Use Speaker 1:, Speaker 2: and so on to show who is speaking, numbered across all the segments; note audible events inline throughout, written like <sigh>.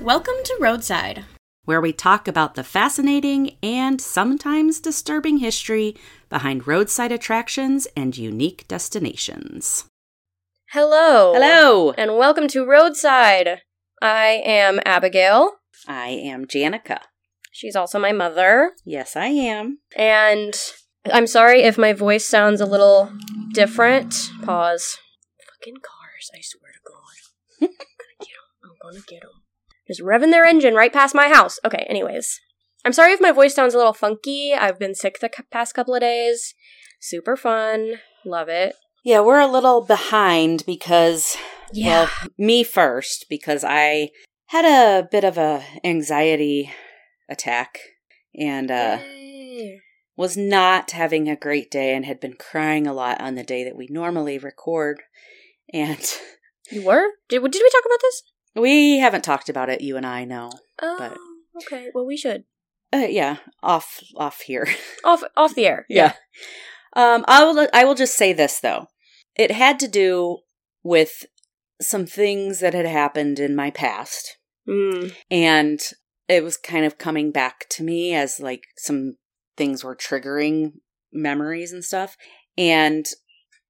Speaker 1: Welcome to Roadside.
Speaker 2: where we talk about the fascinating and sometimes disturbing history behind roadside attractions and unique destinations.
Speaker 1: Hello.
Speaker 2: Hello,
Speaker 1: And welcome to Roadside. I <laughs> am Abigail.
Speaker 2: I am Janica.
Speaker 1: She's also my mother.
Speaker 2: Yes, I am.
Speaker 1: And I'm sorry if my voice sounds a little different. Pause. Fucking cars, I swear to God. I'm gonna get 'em. I'm gonna get 'em. Just revving their engine right past my house. Okay, anyways. I'm sorry if my voice sounds a little funky. I've been sick the c- past couple of days. Super fun. Love it.
Speaker 2: Yeah, we're a little behind because well, me first because I had a bit of a anxiety attack and uh
Speaker 1: Yay.
Speaker 2: was not having a great day and had been crying a lot on the day that we normally record and <laughs>
Speaker 1: You were? Did, did we talk about this?
Speaker 2: we haven't talked about it you and I know
Speaker 1: Oh,
Speaker 2: But-
Speaker 1: okay. Well, we should
Speaker 2: Uh, yeah, off off here. <laughs>
Speaker 1: off off the air.
Speaker 2: Um, I will. I will just say this though. It had to do with some things that had happened in my past,
Speaker 1: Mm.
Speaker 2: and it was kind of coming back to me as like some things were triggering memories and stuff. And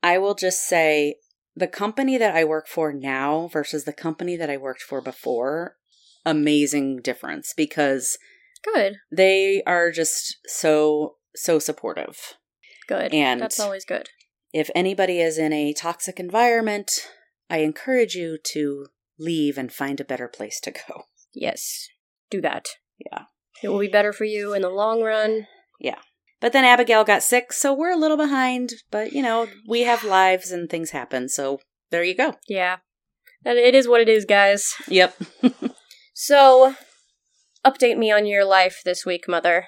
Speaker 2: I will just say the company that I work for now versus the company that I worked for before, amazing difference because
Speaker 1: Good.
Speaker 2: they are just so so supportive
Speaker 1: Good.
Speaker 2: And-
Speaker 1: that's always good.
Speaker 2: if anybody is in a toxic environment i encourage you to leave and find a better place to go
Speaker 1: Yes. Do that.
Speaker 2: Yeah.
Speaker 1: It will be better for you in the long run.
Speaker 2: but then abigail got sick so we're a little behind but you know we have lives and things happen so there you go
Speaker 1: Yeah. And it is what it is, guys.
Speaker 2: yep
Speaker 1: So, update me on your life this week, mother.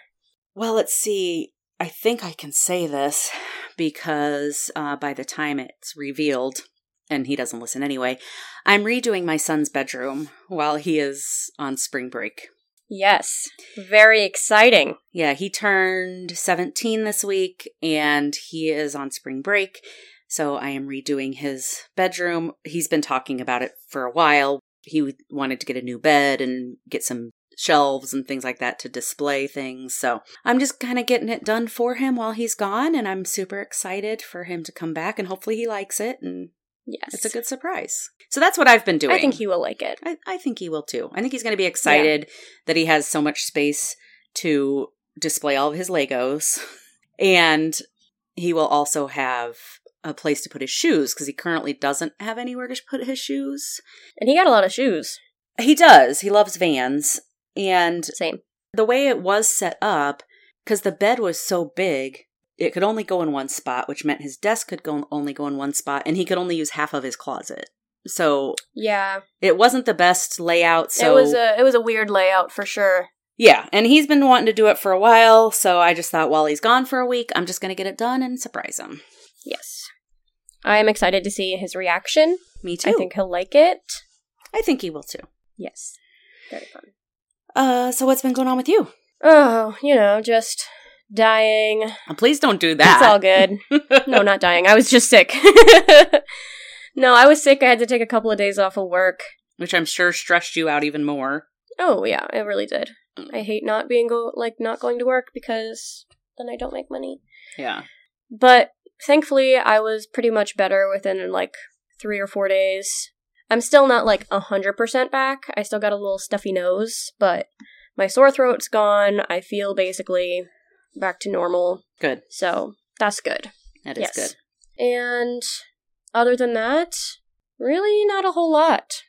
Speaker 2: well let's see i think i can say this because uh, by the time it's revealed and he doesn't listen anyway i'm redoing my son's bedroom while he is on spring break
Speaker 1: Yes. Very exciting.
Speaker 2: Yeah, he turned 17 this week and he is on spring break. So I am redoing his bedroom. He's been talking about it for a while. He wanted to get a new bed and get some shelves and things like that to display things. So I'm just kind of getting it done for him while he's gone and I'm super excited for him to come back and hopefully he likes it and
Speaker 1: Yes.
Speaker 2: it's a good surprise. So that's what I've been doing.
Speaker 1: I think he will like it.
Speaker 2: I, I think he will too. I think he's going to be excited that he has so much space to display all of his Legos. And he will also have a place to put his shoes because he currently doesn't have anywhere to put his shoes.
Speaker 1: And he got a lot of shoes.
Speaker 2: He does. He loves vans. And
Speaker 1: Same.
Speaker 2: the way it was set up, because the bed was so big, it could only go in one spot, which meant his desk could go only go in one spot and he could only use half of his closet. So
Speaker 1: Yeah.
Speaker 2: it wasn't the best layout. So
Speaker 1: it was a it was a weird layout for sure.
Speaker 2: Yeah, and he's been wanting to do it for a while, so I just thought while he's gone for a week, I'm just going to get it done and surprise him.
Speaker 1: Yes. I am excited to see his reaction.
Speaker 2: Me too.
Speaker 1: I think he'll like it.
Speaker 2: I think he will too.
Speaker 1: Yes. Very fun.
Speaker 2: Uh, so what's been going on with you?
Speaker 1: Oh, you know, just dying.
Speaker 2: Uh, please don't do
Speaker 1: It's all
Speaker 2: that.
Speaker 1: good. <laughs>
Speaker 2: <laughs>
Speaker 1: no, not dying. I was just sick. <laughs> no, I was sick. I had to take a couple of days off of work.
Speaker 2: Which I'm sure stressed you out even more.
Speaker 1: Oh, yeah, it really did. I hate not being go like not going to work because then I don't make money.
Speaker 2: Yeah.
Speaker 1: But thankfully, I was pretty much better within like 3 or 4 days. I'm still not like 100% back. I still got a little stuffy nose, but my sore throat's gone. I feel basically back to normal.
Speaker 2: Good.
Speaker 1: So, that's good.
Speaker 2: That is good.
Speaker 1: And other than that, really not a whole lot.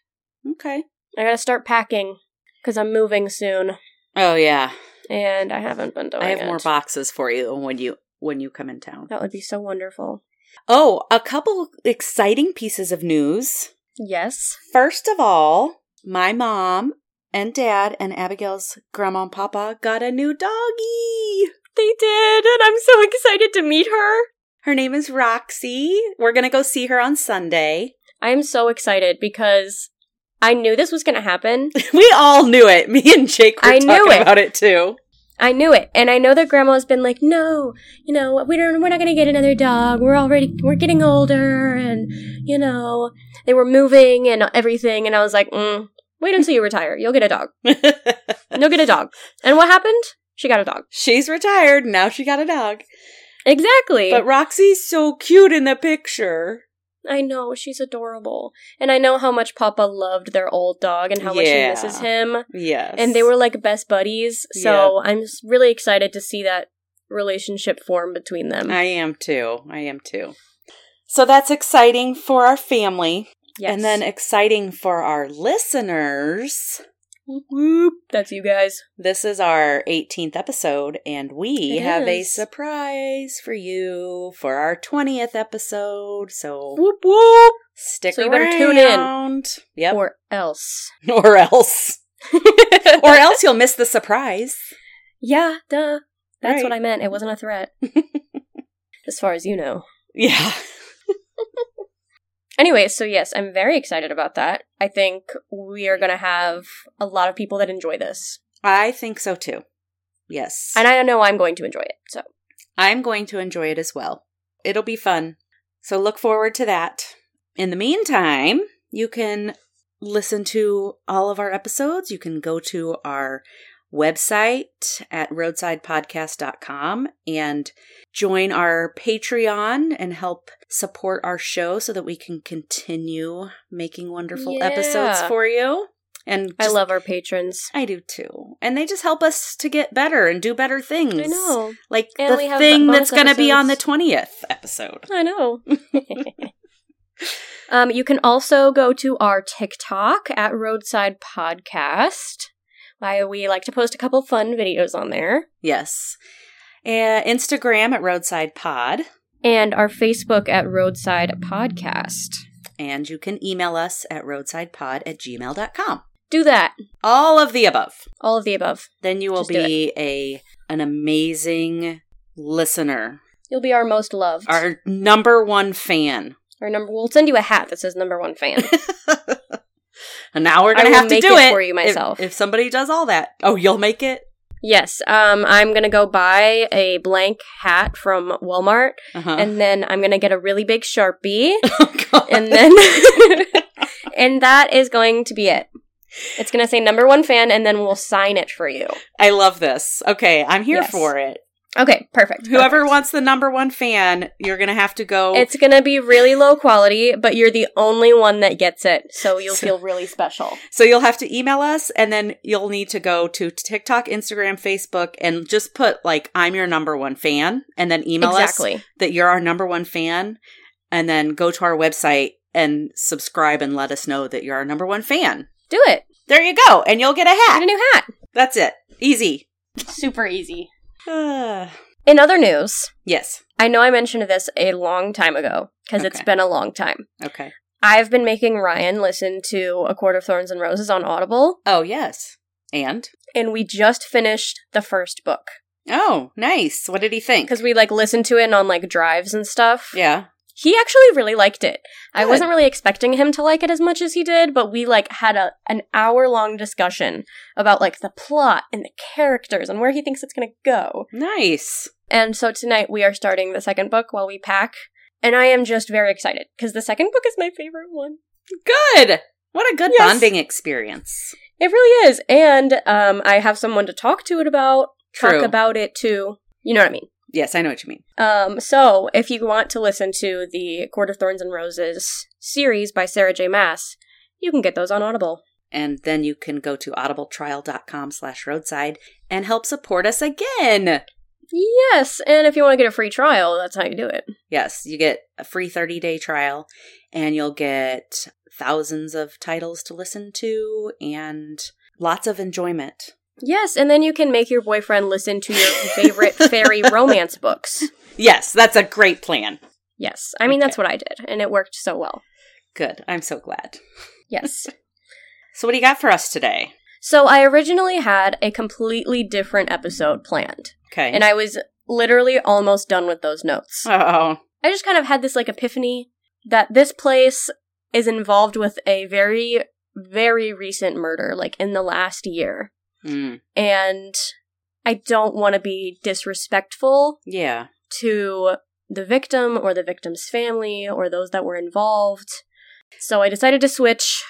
Speaker 2: Okay.
Speaker 1: I gotta start packing because I'm moving soon,
Speaker 2: Oh yeah.
Speaker 1: and I haven't been doing
Speaker 2: I have
Speaker 1: it.
Speaker 2: more boxes for you when you when you come in town.
Speaker 1: that would be so wonderful.
Speaker 2: Oh, a couple exciting pieces of news.
Speaker 1: Yes.
Speaker 2: First of all, my mom and dad and Abigail's grandma and papa got a new doggie.
Speaker 1: They did, and I'm so excited to meet her.
Speaker 2: Her name is Roxy. We're going to go see her on Sunday. <laughs>
Speaker 1: I am so excited because I knew this was gonna
Speaker 2: <laughs>
Speaker 1: happen.
Speaker 2: We all knew it. Me and Jake were
Speaker 1: I
Speaker 2: talking
Speaker 1: knew it.
Speaker 2: about it too. <laughs>
Speaker 1: I knew it, and I know that Grandma's been like, "No, you know, we don't. We're not gonna get another dog. We're already we're getting older, and you know, they were moving and everything." And I was like, mm, Wait until you retire. You'll get a dog. You'll get a dog. And what happened? She got a dog.
Speaker 2: She's retired. Now she got a dog.
Speaker 1: Exactly.
Speaker 2: But Roxy's so cute in the picture.
Speaker 1: I know she's adorable, and I know how much Papa loved their old dog and how much he
Speaker 2: Yeah.
Speaker 1: misses him.
Speaker 2: Yes.
Speaker 1: And they were like best buddies, so I'm s- really excited to see that relationship form between them.
Speaker 2: I am too. I am too. So that's exciting for our family.
Speaker 1: yes,
Speaker 2: And then exciting for our listeners. Whoop, whoop.
Speaker 1: that's you guys.
Speaker 2: This is our 18th episode, and we
Speaker 1: It
Speaker 2: have a
Speaker 1: is.
Speaker 2: surprise for you for our 20th episode. So
Speaker 1: Whoop whoop.
Speaker 2: stick
Speaker 1: So you better
Speaker 2: around.
Speaker 1: tune in.
Speaker 2: Yep. Or,
Speaker 1: Or else.
Speaker 2: <laughs> else. Or else you'll miss the surprise.
Speaker 1: yeah, duh. That's what
Speaker 2: Right.
Speaker 1: I meant. It wasn't a
Speaker 2: <laughs>
Speaker 1: threat. as far as you know.
Speaker 2: Yeah.
Speaker 1: Anyway, so yes, I'm very excited about that. I think we are going to have a lot of people that enjoy this.
Speaker 2: I think so too. Yes.
Speaker 1: And I know I'm going to enjoy it. So,
Speaker 2: I'm going to enjoy it as well. It'll be fun. So look forward to that. In the meantime, you can listen to all of our episodes. You can go to our website at roadsidepodcast.com and join our Patreon and help support our show so that we can continue making wonderful
Speaker 1: Yeah.
Speaker 2: episodes for you. And
Speaker 1: I
Speaker 2: just-
Speaker 1: love our patrons.
Speaker 2: I do too. And they just help us to get better and do better things
Speaker 1: I know.
Speaker 2: like
Speaker 1: And we
Speaker 2: the
Speaker 1: have
Speaker 2: thing
Speaker 1: bonus
Speaker 2: that's going to be on the
Speaker 1: episodes.
Speaker 2: 20th episode.
Speaker 1: I know. <laughs> um, you can also go to our TikTok at Roadside Podcast. I, we like to post a couple fun videos on there.
Speaker 2: Yes. Uh, Instagram at Roadside Pod.
Speaker 1: And our Facebook at Roadside Podcast.
Speaker 2: And you can email us at roadsidepod at gmail.com.
Speaker 1: Do that.
Speaker 2: All of the above.
Speaker 1: All of the above.
Speaker 2: Then you will
Speaker 1: Just do
Speaker 2: be a an amazing listener,
Speaker 1: You'll be our most loved.
Speaker 2: our number one fan.
Speaker 1: Our number. We'll send you a hat that says number one fan.
Speaker 2: and now we're
Speaker 1: I
Speaker 2: going to
Speaker 1: will
Speaker 2: have to
Speaker 1: make
Speaker 2: do
Speaker 1: it
Speaker 2: it,
Speaker 1: for you
Speaker 2: If-
Speaker 1: myself.
Speaker 2: If, somebody does all that, oh, you'll make it.
Speaker 1: yes. Um, I'm gonna go buy a blank hat from Walmart,
Speaker 2: Uh-huh.
Speaker 1: and then I'm gonna get a really big sharpie.
Speaker 2: <laughs> oh, God.
Speaker 1: and then <laughs> and that is going to be it. It's going to say number one fan, and then we'll sign it for you.
Speaker 2: <laughs> I love this. Okay, I'm here
Speaker 1: Yes.
Speaker 2: for it.
Speaker 1: Okay, perfect.
Speaker 2: Whoever
Speaker 1: perfect.
Speaker 2: wants the number one fan, you're gonna have to go.
Speaker 1: <laughs> It's going to be really low quality, but you're the only one that gets it, so you'll
Speaker 2: So-
Speaker 1: feel really special.
Speaker 2: so you'll have to email us, and then you'll need to go to TikTok, Instagram, Facebook, and just put like "I'm your number one fan," and then email us
Speaker 1: Exactly.
Speaker 2: that you're our number one fan, and then go to our website and subscribe and let us know that you're our number one fan.
Speaker 1: Do it.
Speaker 2: There you go, and you'll get a
Speaker 1: Get a
Speaker 2: hat.
Speaker 1: new hat.
Speaker 2: That's it. Easy. <sighs>
Speaker 1: Super easy.
Speaker 2: Uh,
Speaker 1: In other news,
Speaker 2: yes.
Speaker 1: I know I mentioned this a long time ago because it's
Speaker 2: Okay.
Speaker 1: been a long time.
Speaker 2: Okay.
Speaker 1: I've been making Ryan listen to A Court of Thorns and Roses on Audible,
Speaker 2: Oh yes. And
Speaker 1: and we just finished the first book.
Speaker 2: oh, nice. What did he think?
Speaker 1: because we like listened to it on like drives and stuff.
Speaker 2: yeah.
Speaker 1: He actually really liked it. I
Speaker 2: Good.
Speaker 1: wasn't really expecting him to like it as much as he did, but we like had a an hour long discussion about like the plot and the characters and where he thinks it's going to go.
Speaker 2: Nice.
Speaker 1: And so tonight we are starting the second book while we pack, and I am just very excited because the second book is my favorite one.
Speaker 2: Good. What a good
Speaker 1: Yes.
Speaker 2: bonding experience.
Speaker 1: It really is, and um, I have someone to talk to it about,
Speaker 2: True.
Speaker 1: talk about it too. You know what I mean.
Speaker 2: yes, I know what you mean.
Speaker 1: Um, so if you want to listen to the Court of Thorns and Roses series by Sarah J. Mass, you can get those on Audible.
Speaker 2: And then you can go to audibletrial.com slash roadside and help support us again.
Speaker 1: Yes, and if you want to get a free trial, that's how you do it.
Speaker 2: Yes, you get a free 30 day trial and you'll get thousands of titles to listen to and lots of enjoyment.
Speaker 1: Yes, and then you can make your boyfriend listen to your favorite fairy romance books.
Speaker 2: Yes, that's a great plan.
Speaker 1: Yes, I mean that's
Speaker 2: Okay.
Speaker 1: what I did, and it worked so well.
Speaker 2: Good. I'm so glad.
Speaker 1: Yes.
Speaker 2: So, what do you got for us today?
Speaker 1: so I originally had a completely different episode planned,
Speaker 2: Okay.
Speaker 1: and I was literally almost done with those notes.
Speaker 2: oh,
Speaker 1: I just kind of had this like epiphany that this place is involved with a very, very recent murder, like in the last year.
Speaker 2: Mm.
Speaker 1: And I don't want to be disrespectful
Speaker 2: yeah.
Speaker 1: to the victim or the victim's family or those that were involved. So I decided to switch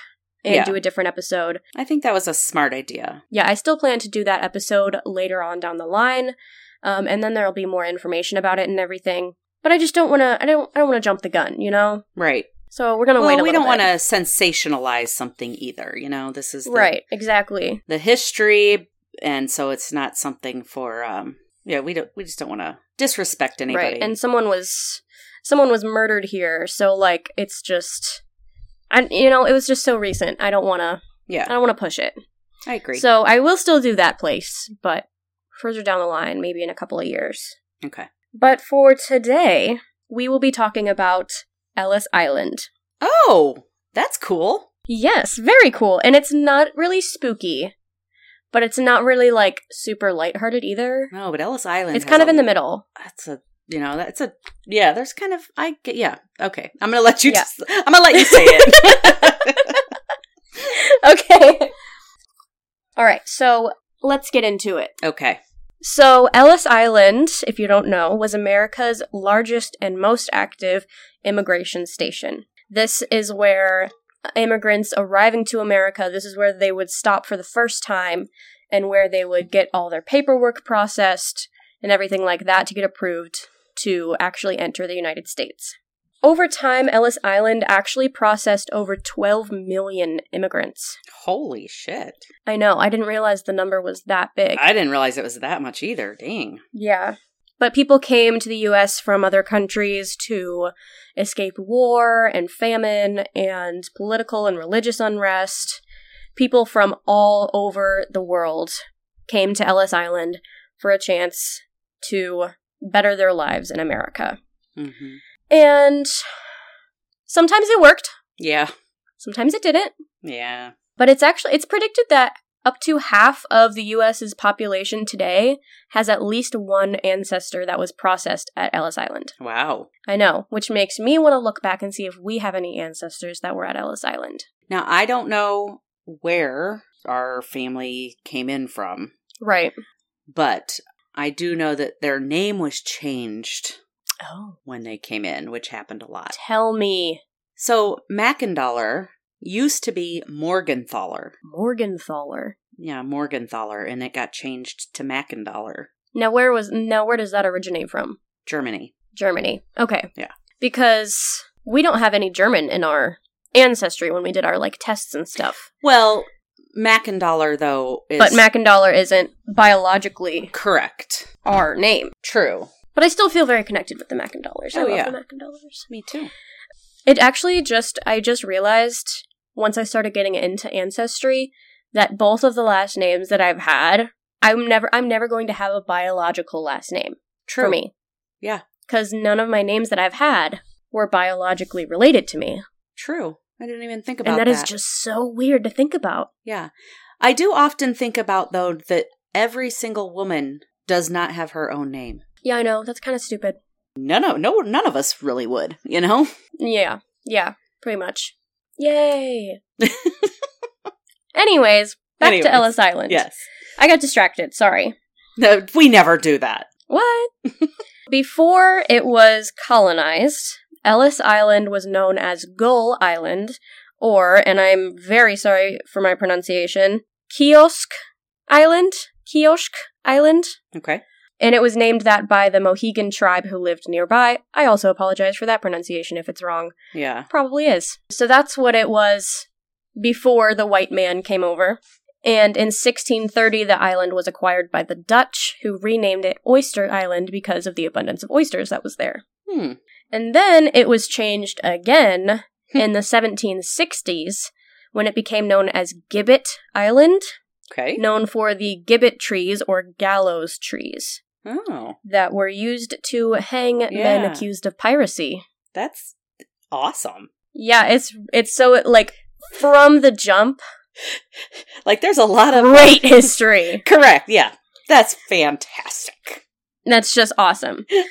Speaker 1: and
Speaker 2: Yeah.
Speaker 1: do a different episode.
Speaker 2: I think that was a smart idea.
Speaker 1: Yeah, I still plan to do that episode later on down the line, um, and then there'll be more information about it and everything. But I just don't want to. I don't. I don't want to jump the gun, you know.
Speaker 2: Right.
Speaker 1: So we're gonna wait.
Speaker 2: Well,
Speaker 1: A
Speaker 2: we
Speaker 1: little
Speaker 2: don't want
Speaker 1: bit.
Speaker 2: to sensationalize something either. You know, this is the,
Speaker 1: Right. Exactly.
Speaker 2: the history, and so it's not something for. um Yeah, we don't. We just don't want to disrespect anybody.
Speaker 1: Right. And someone was someone was murdered here, so like it's just, I you know it was just so recent. I don't want to. I
Speaker 2: yeah,
Speaker 1: don't want to push it.
Speaker 2: I agree.
Speaker 1: So I will still do that place, but further down the line, maybe in a couple of years.
Speaker 2: okay.
Speaker 1: But for today, we will be talking about Ellis Island.
Speaker 2: Oh, that's cool.
Speaker 1: Yes, very cool. And it's not really spooky, but it's not really like super lighthearted either.
Speaker 2: No, but Ellis Island.
Speaker 1: It's
Speaker 2: has
Speaker 1: kind of
Speaker 2: a-
Speaker 1: in the middle.
Speaker 2: That's a. You know, that's a. Yeah, there's kind of. I get. Yeah. Okay. I'm gonna let you.
Speaker 1: Yeah.
Speaker 2: Just, I'm gonna let you
Speaker 1: <laughs>
Speaker 2: say it.
Speaker 1: okay. All right, so let's get into it.
Speaker 2: okay.
Speaker 1: So, Ellis Island, if you don't know, was America's largest and most active immigration station. This is where immigrants arriving to America, this is where they would stop for the first time and where they would get all their paperwork processed and everything like that to get approved to actually enter the United States. Over time, Ellis Island actually processed over 12 million immigrants.
Speaker 2: Holy shit!
Speaker 1: I know, I didn't realize the number was that big.
Speaker 2: I didn't realize it was that much either. Dang.
Speaker 1: Yeah. But people came to the US from other countries to escape war and famine and political and religious unrest. People from all over the world came to Ellis Island for a chance to better their lives in America.
Speaker 2: Mm-hmm.
Speaker 1: And sometimes it worked,
Speaker 2: Yeah.
Speaker 1: sometimes it didn't.
Speaker 2: Yeah.
Speaker 1: But it's actually it's predicted that up to half of the US's population today has at least one ancestor that was processed at Ellis Island.
Speaker 2: Wow.
Speaker 1: I know, which makes me want to look back and see if we have any ancestors that were at Ellis Island.
Speaker 2: Now, I don't know where our family came in from,
Speaker 1: Right.
Speaker 2: but I do know that their name was changed
Speaker 1: Oh.
Speaker 2: when they came in, which happened a lot.
Speaker 1: Tell me,
Speaker 2: So, Mackenthaler used to be Morgenthaler.
Speaker 1: Morgenthaler.
Speaker 2: Yeah, Morgenthaler, and it got changed to Mackenthaler,
Speaker 1: Now where was now where does that originate from?
Speaker 2: Germany.
Speaker 1: Germany. Okay.
Speaker 2: Yeah.
Speaker 1: Because we don't have any German in our ancestry when we did our like tests and stuff.
Speaker 2: Well, Mackenthaler, though, is
Speaker 1: But Mackendollar isn't biologically
Speaker 2: correct.
Speaker 1: our name.
Speaker 2: True.
Speaker 1: But I still feel very connected with the Mackendallers. I
Speaker 2: Oh,
Speaker 1: love
Speaker 2: yeah.
Speaker 1: the Mackendallers.
Speaker 2: Me too.
Speaker 1: It actually just I just realized once I started getting into ancestry that both of the last names that I've had, I'm never I'm never going to have a biological last name
Speaker 2: True.
Speaker 1: for me.
Speaker 2: Yeah.
Speaker 1: Cuz none of my names that I've had were biologically related to me.
Speaker 2: True. I didn't even think about
Speaker 1: and
Speaker 2: that.
Speaker 1: that is just so weird to think about.
Speaker 2: Yeah. I do often think about, though, that every single woman does not have her own name.
Speaker 1: Yeah, I know. That's kind of stupid.
Speaker 2: No, no, no, none of us really would, you know? <laughs>
Speaker 1: Yeah. Yeah, pretty much.
Speaker 2: <laughs>
Speaker 1: Yay. Anyways, back
Speaker 2: Anyways,
Speaker 1: to Ellis Island. I got distracted. Sorry.
Speaker 2: No, we never do that.
Speaker 1: What? <laughs> Before it was colonized, Ellis Island was known as Gull Island, or, and I'm very sorry for my pronunciation, Kiosk Island? Kiosk Island?
Speaker 2: Okay.
Speaker 1: And it was named that by the Mohegan tribe who lived nearby. I also apologize for that pronunciation if it's wrong.
Speaker 2: Yeah.
Speaker 1: Probably is. So that's what it was before the white man came over. And in 1630, the island was acquired by the Dutch, who renamed it Oyster Island because of the abundance of oysters that was there.
Speaker 2: Hmm.
Speaker 1: And then it was changed again in the 1760s when it became known as Gibbet Island,
Speaker 2: Okay.
Speaker 1: known for the gibbet trees or gallows trees
Speaker 2: Oh,
Speaker 1: that were used to hang men
Speaker 2: Yeah.
Speaker 1: accused of piracy.
Speaker 2: that's awesome.
Speaker 1: Yeah, it's it's so like from the jump,
Speaker 2: Like, there's a lot
Speaker 1: <laughs>
Speaker 2: of. <laughs>
Speaker 1: great history.
Speaker 2: Correct. Yeah. That's fantastic.
Speaker 1: That's just awesome. <laughs>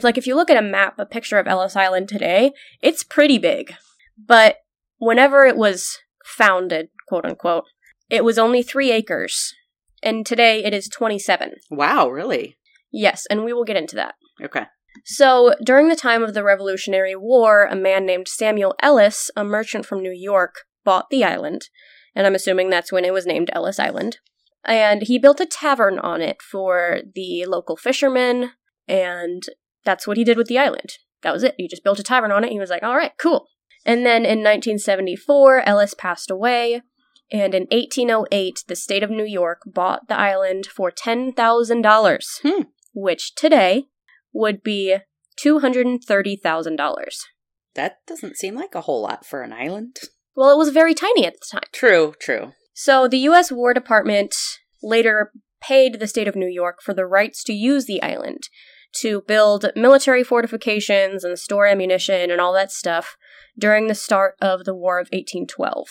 Speaker 1: Like if you look at a map, a picture of Ellis Island today, it's pretty big. But whenever it was founded, quote unquote, it was only 3 acres. And today it is 27.
Speaker 2: Wow, really?
Speaker 1: Yes, and we will get into that.
Speaker 2: Okay.
Speaker 1: So, during the time of the Revolutionary War, a man named Samuel Ellis, a merchant from New York, bought the island, and I'm assuming that's when it was named Ellis Island. And he built a tavern on it for the local fishermen, and that's what he did with the island. That was it. He just built a tavern on it. He was like, all right, cool. And then in 1974, Ellis passed away, and in 1808, the state of New York bought the island for $10,000,
Speaker 2: Hmm.
Speaker 1: which today would be $230,000.
Speaker 2: That doesn't seem like a whole lot for an island.
Speaker 1: Well, it was very tiny at the time.
Speaker 2: True, true.
Speaker 1: So the U.S. War Department later paid the state of New York for the rights to use the island to build military fortifications and store ammunition and all that stuff during the start of the War of 1812.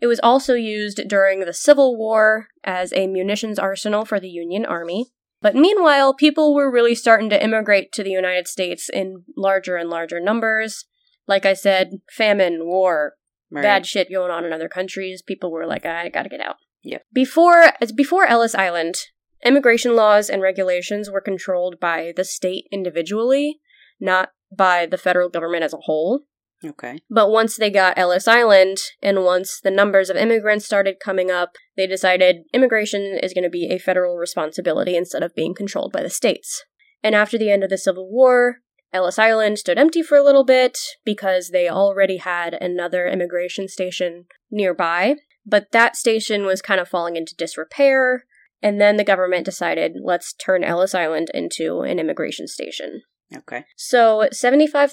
Speaker 1: It was also used during the Civil War as a munitions arsenal for the Union Army. But meanwhile, people were really starting to immigrate to the United States in larger and larger numbers. Like I said, famine, war,
Speaker 2: Murray.
Speaker 1: bad shit going on in other countries. People were like, I gotta get out.
Speaker 2: Yep.
Speaker 1: Before as before Ellis Island, immigration laws and regulations were controlled by the state individually, not by the federal government as a whole.
Speaker 2: Okay.
Speaker 1: But once they got Ellis Island, and once the numbers of immigrants started coming up, they decided immigration is going to be a federal responsibility instead of being controlled by the states. And after the end of the Civil War, Ellis Island stood empty for a little bit because they already had another immigration station nearby. But that station was kind of falling into disrepair, and then the government decided let's turn Ellis Island into an immigration station.
Speaker 2: Okay.
Speaker 1: So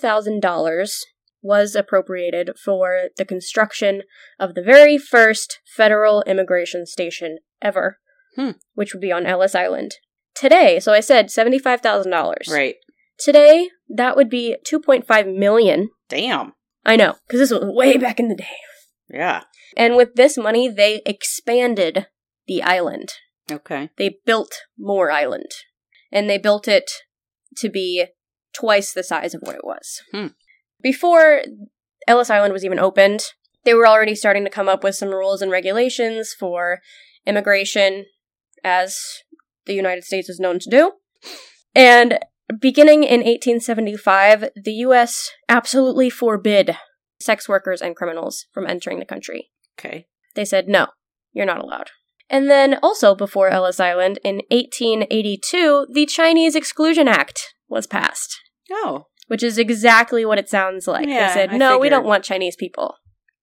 Speaker 1: $75,000 was appropriated for the construction of the very first federal immigration station ever,
Speaker 2: Hmm.
Speaker 1: which would be on Ellis Island. Today, so I said $75,000.
Speaker 2: Right.
Speaker 1: Today, that would be 2.5 million.
Speaker 2: Damn.
Speaker 1: I know, cuz this was way back in the day.
Speaker 2: Yeah.
Speaker 1: And with this money, they expanded the island
Speaker 2: Okay.
Speaker 1: they built Moore Island, and they built it to be twice the size of what it was.
Speaker 2: Hmm.
Speaker 1: Before Ellis Island was even opened, they were already starting to come up with some rules and regulations for immigration, as the United States is known to do. And beginning in 1875, the U.S. absolutely forbid sex workers and criminals from entering the country
Speaker 2: Okay.
Speaker 1: they said, no, you're not allowed. And then also before Ellis Island in 1882, the Chinese Exclusion Act was passed,
Speaker 2: Oh,
Speaker 1: which is exactly what it sounds like.
Speaker 2: Yeah,
Speaker 1: they said,
Speaker 2: I
Speaker 1: no, we
Speaker 2: figured.
Speaker 1: don't want Chinese people.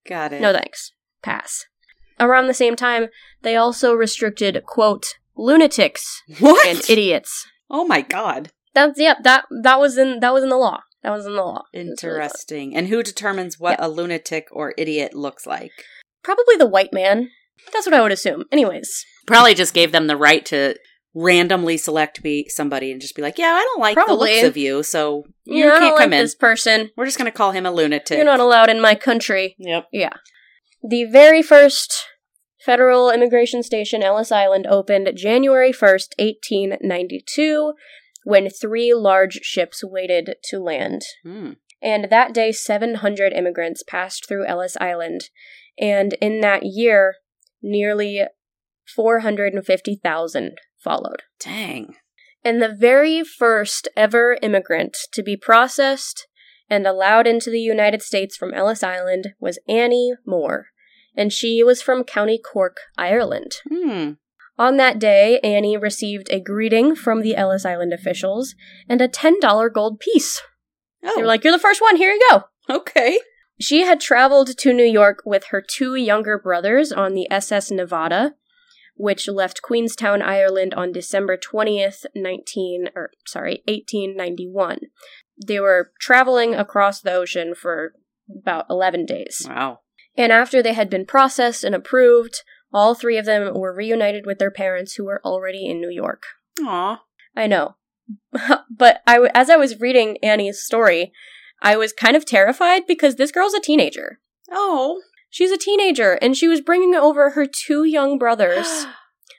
Speaker 2: got it.
Speaker 1: No thanks. Pass. Around the same time, they also restricted, quote, lunatics
Speaker 2: <laughs> what?
Speaker 1: and idiots.
Speaker 2: oh my god.
Speaker 1: That's yep, that that was in that was in the law. That was in the law. It was really fun.
Speaker 2: Interesting. and who determines what a lunatic or idiot looks like?
Speaker 1: Probably the white man. That's what I would assume. Anyways.
Speaker 2: Probably just gave them the right to randomly select be somebody and just be like, "Yeah, I don't like
Speaker 1: Probably.
Speaker 2: the looks of you, so you
Speaker 1: know, I
Speaker 2: can't
Speaker 1: don't
Speaker 2: come
Speaker 1: like
Speaker 2: in.
Speaker 1: this person.
Speaker 2: We're just going to call him a lunatic."
Speaker 1: You're not allowed in my country.
Speaker 2: yep.
Speaker 1: The very first federal immigration station, Ellis Island, opened January 1st, 1892, when three large ships waited to land.
Speaker 2: Hmm.
Speaker 1: And that day, 700 immigrants passed through Ellis Island. And in that year, nearly 450,000 followed.
Speaker 2: Dang.
Speaker 1: And the very first ever immigrant to be processed and allowed into the United States from Ellis Island was Annie Moore, and she was from County Cork, Ireland.
Speaker 2: Hmm.
Speaker 1: On that day, Annie received a greeting from the Ellis Island officials and a $10 gold piece.
Speaker 2: Oh,
Speaker 1: They were like, You're the first one, here you go.
Speaker 2: okay.
Speaker 1: She had traveled to New York with her two younger brothers on the SS Nevada, which left Queenstown, Ireland on December 20th, 19 or sorry, 1891. They were traveling across the ocean for about 11 days.
Speaker 2: Wow.
Speaker 1: And after they had been processed and approved, all three of them were reunited with their parents who were already in New York.
Speaker 2: Aw.
Speaker 1: I know. <laughs> but I w- as I was reading Annie's story, I was kind of terrified because this girl's a teenager.
Speaker 2: Oh.
Speaker 1: She's a teenager and she was bringing over her two young
Speaker 2: <gasps>
Speaker 1: brothers.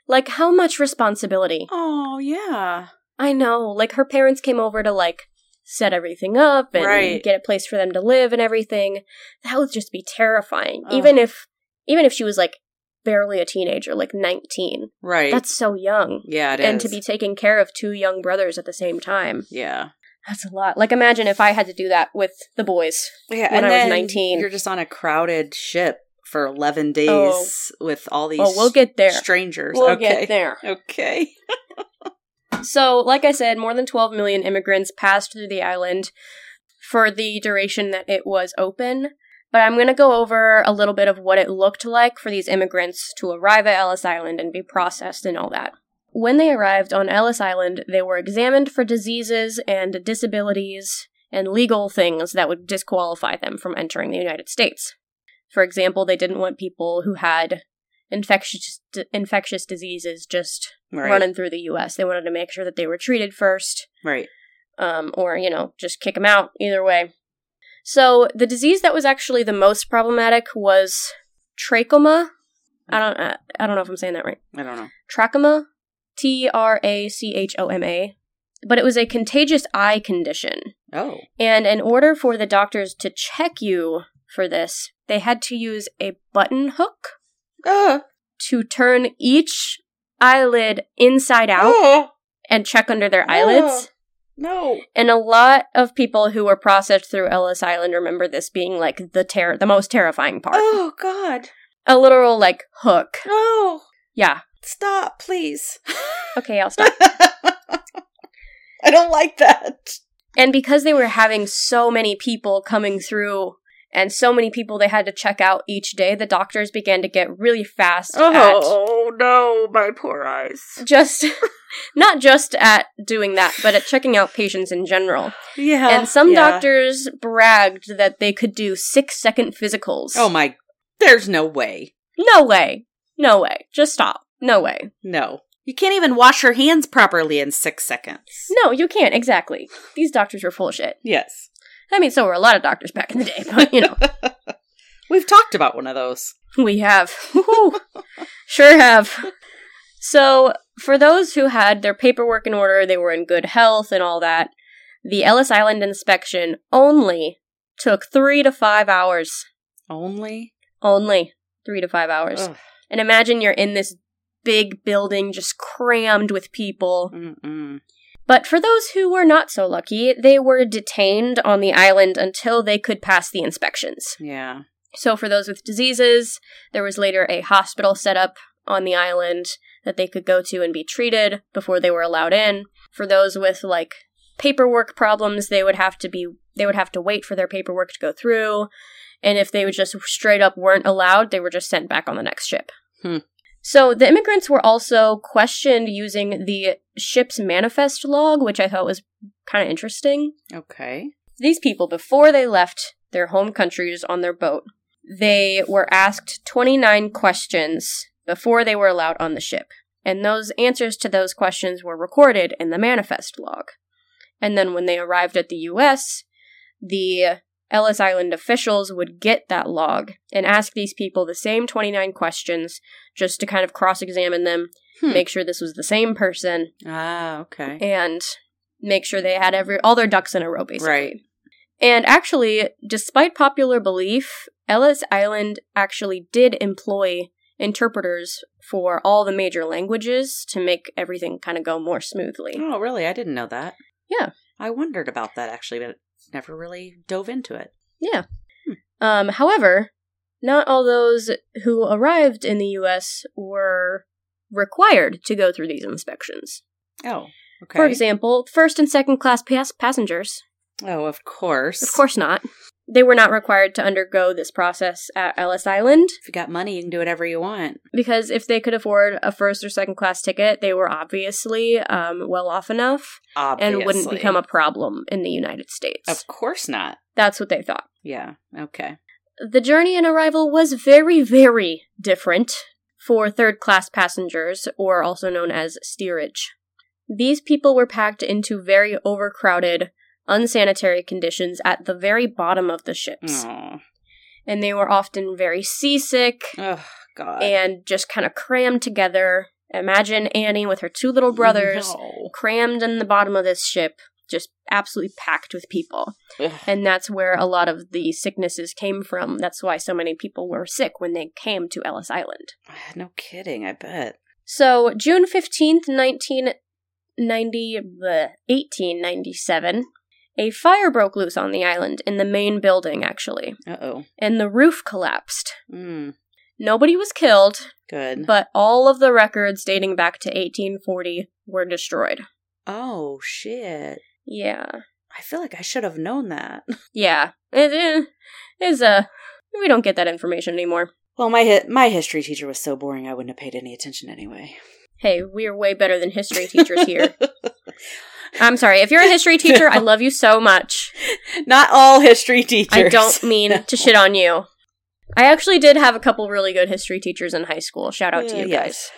Speaker 1: like how much responsibility?
Speaker 2: Oh, yeah.
Speaker 1: I know. Like her parents came over to like set everything up and
Speaker 2: Right.
Speaker 1: get a place for them to live and everything. That would just be terrifying.
Speaker 2: Ugh.
Speaker 1: Even if even if she was like barely a teenager, like 19.
Speaker 2: Right.
Speaker 1: That's so young.
Speaker 2: yeah, it is.
Speaker 1: and to be taking care of two young brothers at the same time.
Speaker 2: Yeah.
Speaker 1: That's a lot. Like imagine if I had to do that with the boys.
Speaker 2: Yeah,
Speaker 1: when
Speaker 2: and
Speaker 1: I was
Speaker 2: then
Speaker 1: 19.
Speaker 2: You're just on a crowded ship for 11 days with all these
Speaker 1: Oh, we'll get there.
Speaker 2: strangers.
Speaker 1: We'll
Speaker 2: okay.
Speaker 1: get there.
Speaker 2: Okay. <laughs>
Speaker 1: So, like I said, more than 12 million immigrants passed through the island for the duration that it was open. But I'm going to go over a little bit of what it looked like for these immigrants to arrive at Ellis Island and be processed and all that. When they arrived on Ellis Island, they were examined for diseases and disabilities and legal things that would disqualify them from entering the United States. For example, they didn't want people who had infectious infectious diseases just
Speaker 2: Right.
Speaker 1: running through the U.S. They wanted to make sure that they were treated first,
Speaker 2: Right.
Speaker 1: um, or you know, just kick them out. Either way. So the disease that was actually the most problematic was trachoma. I don't, I, I don't know if I'm saying that right.
Speaker 2: I don't know.
Speaker 1: Trachoma, T R A C H O M A, but it was a contagious eye condition.
Speaker 2: Oh.
Speaker 1: And in order for the doctors to check you for this, they had to use a button hook
Speaker 2: Uh,
Speaker 1: to turn each eyelid inside out
Speaker 2: Oh.
Speaker 1: and check under their
Speaker 2: Yeah.
Speaker 1: eyelids.
Speaker 2: No.
Speaker 1: And a lot of people who were processed through Ellis Island remember this being like the ter- the most terrifying
Speaker 2: <gasps>
Speaker 1: part.
Speaker 2: Oh, God.
Speaker 1: A literal like hook.
Speaker 2: No.
Speaker 1: Yeah.
Speaker 2: Stop, please. <laughs>
Speaker 1: Okay, I'll stop.
Speaker 2: I don't like that.
Speaker 1: and because they were having so many people coming through and so many people they had to check out each day, the doctors began to get really fast
Speaker 2: Oh.
Speaker 1: at
Speaker 2: no, my poor eyes.
Speaker 1: just <laughs> not just at doing that, but at checking out patients in general.
Speaker 2: Yeah.
Speaker 1: and some
Speaker 2: yeah.
Speaker 1: doctors bragged that they could do six second physicals.
Speaker 2: Oh my. There's no way.
Speaker 1: No way. No way. Just stop. No way.
Speaker 2: No. You can't even wash your hands properly in six seconds.
Speaker 1: <laughs> No, you can't. Exactly. These doctors were full of shit.
Speaker 2: Yes.
Speaker 1: I mean, so were a lot of doctors back in the day, <laughs> but you know,
Speaker 2: We've talked about one of those.
Speaker 1: we have. Woo-hoo. sure have. So, for those who had their paperwork in order, they were in good health and all that, the Ellis Island inspection only took three to five hours.
Speaker 2: Only.
Speaker 1: Only three to five hours.
Speaker 2: Ugh.
Speaker 1: And imagine you're in this big building just crammed with people.
Speaker 2: Mm-mm.
Speaker 1: But for those who were not so lucky, they were detained on the island until they could pass the inspections.
Speaker 2: Yeah.
Speaker 1: So, for those with diseases, there was later a hospital set up on the island that they could go to and be treated before they were allowed in. For those with like paperwork problems, they would have to be they would have to wait for their paperwork to go through, and if they would just straight up weren't allowed, they were just sent back on the next ship.
Speaker 2: Hmm.
Speaker 1: So the immigrants were also questioned using the ship's manifest log, which I thought was kind of interesting
Speaker 2: Okay.
Speaker 1: these people before they left their home countries on their boat they were asked 29 questions before they were allowed on the ship and those answers to those questions were recorded in the manifest log and then when they arrived at the us the ellis island officials would get that log and ask these people the same 29 questions just to kind of cross-examine them
Speaker 2: Hmm.
Speaker 1: make sure this was the same person
Speaker 2: Ah, okay.
Speaker 1: and make sure they had every all their ducks in a row basically
Speaker 2: Right.
Speaker 1: and actually, despite popular belief, Ellis Island actually did employ interpreters for all the major languages to make everything kind of go more smoothly.
Speaker 2: Oh, really? I didn't know that.
Speaker 1: Yeah.
Speaker 2: I wondered about that actually, but never really dove into it.
Speaker 1: Yeah. Um, however, not all those who arrived in the U.S. were required to go through these inspections.
Speaker 2: Oh, okay.
Speaker 1: For example, first and second class pas- passengers,
Speaker 2: oh, of course.
Speaker 1: of course not. They were not required to undergo this process at Ellis Island.
Speaker 2: If you got money, you can do whatever you want.
Speaker 1: because if they could afford a first or second class ticket, they were obviously um, well off enough
Speaker 2: Obviously.
Speaker 1: and wouldn't become a problem in the United States.
Speaker 2: Of course not.
Speaker 1: That's what they thought.
Speaker 2: Yeah. Okay.
Speaker 1: The journey and arrival was very, very different for third class passengers, or also known as steerage. These people were packed into very overcrowded, unsanitary conditions at the very bottom of the ships,
Speaker 2: Oh.
Speaker 1: and they were often very seasick.
Speaker 2: Oh God.
Speaker 1: and just kind of crammed together. Imagine Annie with her two little brothers
Speaker 2: No.
Speaker 1: crammed in the bottom of this ship, just absolutely packed with people.
Speaker 2: Ugh. <sighs>
Speaker 1: And that's where a lot of the sicknesses came from. That's why so many people were sick when they came to Ellis Island.
Speaker 2: No kidding. I bet.
Speaker 1: So, June 15th, 1990, bleh, 1897 A fire broke loose on the island in the main building, actually,
Speaker 2: Uh oh.
Speaker 1: and the roof collapsed.
Speaker 2: Mm,
Speaker 1: Nobody was killed,
Speaker 2: good.
Speaker 1: but all of the records dating back to 1840 were destroyed.
Speaker 2: oh, shit.
Speaker 1: Yeah.
Speaker 2: I feel like I should have known
Speaker 1: <laughs>
Speaker 2: that.
Speaker 1: Yeah. It it is a. We don't get that information anymore.
Speaker 2: Well, my hi- my history teacher was so boring I wouldn't have paid any attention anyway.
Speaker 1: Hey, we're way better than history <laughs> teachers
Speaker 2: <laughs>
Speaker 1: here. I'm sorry. If you're a history teacher, I love you so much.
Speaker 2: Not all history teachers.
Speaker 1: I
Speaker 2: <laughs>
Speaker 1: don't mean to shit on you. I actually did have a couple really good history teachers in high school. Shout out to
Speaker 2: Uh,
Speaker 1: you guys.
Speaker 2: yes.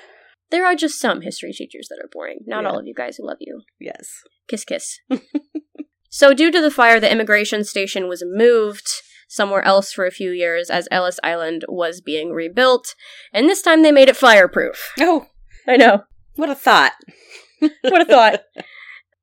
Speaker 1: There are just some history teachers that are boring. Not
Speaker 2: Yeah.
Speaker 1: all of you guys. I love you.
Speaker 2: Yes.
Speaker 1: Kiss, kiss. <laughs> so, due to the fire, the immigration station was moved somewhere else for a few years as Ellis Island was being rebuilt. And this time they made it fireproof.
Speaker 2: Oh,
Speaker 1: I know.
Speaker 2: what a thought.
Speaker 1: What a
Speaker 2: <laughs>
Speaker 1: thought.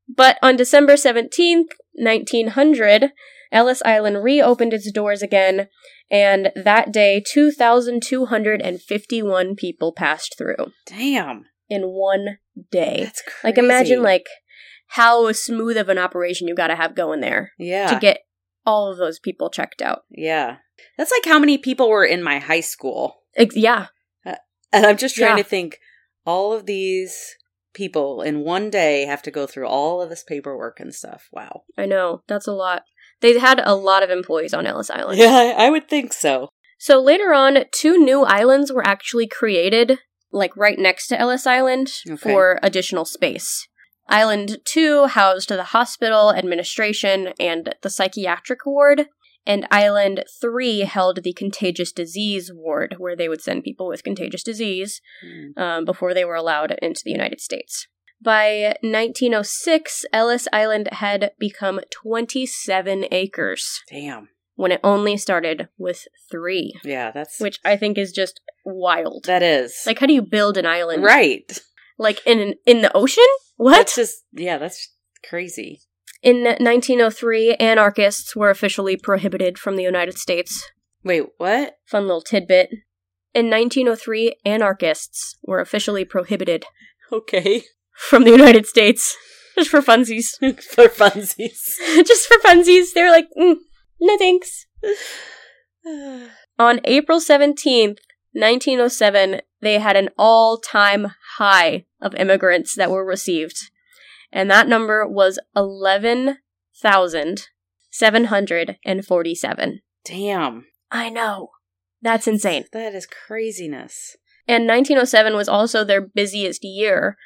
Speaker 1: but on December 17th, 1900, Ellis Island reopened its doors again. And that day, 2,251 people passed through
Speaker 2: Damn.
Speaker 1: in one day.
Speaker 2: That's crazy.
Speaker 1: Like imagine like how smooth of an operation you got to have going there
Speaker 2: yeah.
Speaker 1: to get all of those people checked out.
Speaker 2: yeah. That's like how many people were in my high school. <laughs>
Speaker 1: Ex- yeah,
Speaker 2: And I'm just trying
Speaker 1: Yeah.
Speaker 2: to think all of these people in one day have to go through all of this paperwork and stuff. Wow.
Speaker 1: I know. That's a lot. They had a lot of employees on Ellis Island.
Speaker 2: <laughs> Yeah, I, I would think so.
Speaker 1: So later on, two new islands were actually created like right next to Ellis Island
Speaker 2: Okay.
Speaker 1: for additional space. Island 2 housed the hospital, administration, and the psychiatric ward, and Island 3 held the contagious disease ward where they would send people with contagious disease.
Speaker 2: Hmm.
Speaker 1: um, before they were allowed into the United States. By 1906, Ellis Island had become 27 acres
Speaker 2: Damn.
Speaker 1: when it only started with three,
Speaker 2: Yeah, that's
Speaker 1: which I think is just wild.
Speaker 2: that is
Speaker 1: Like, how do you build an island?
Speaker 2: right.
Speaker 1: Like in an, in the ocean? What?
Speaker 2: That's just yeah, that's crazy.
Speaker 1: In 1903, anarchists were officially prohibited from the United States.
Speaker 2: Wait, what? <laughs>
Speaker 1: Fun little tidbit. In 1903, anarchists were officially prohibited
Speaker 2: Okay, <laughs>
Speaker 1: from the United States. <laughs> Just for funsies.
Speaker 2: for funsies.
Speaker 1: <laughs>
Speaker 2: <sighs>
Speaker 1: just for funsies, they were like, mm, no thanks. On April 17th, 1907, they had an all time high of immigrants that were received. And that number was 11,747.
Speaker 2: Damn,
Speaker 1: I know. That's insane.
Speaker 2: that is craziness.
Speaker 1: And 1907 was also their busiest year.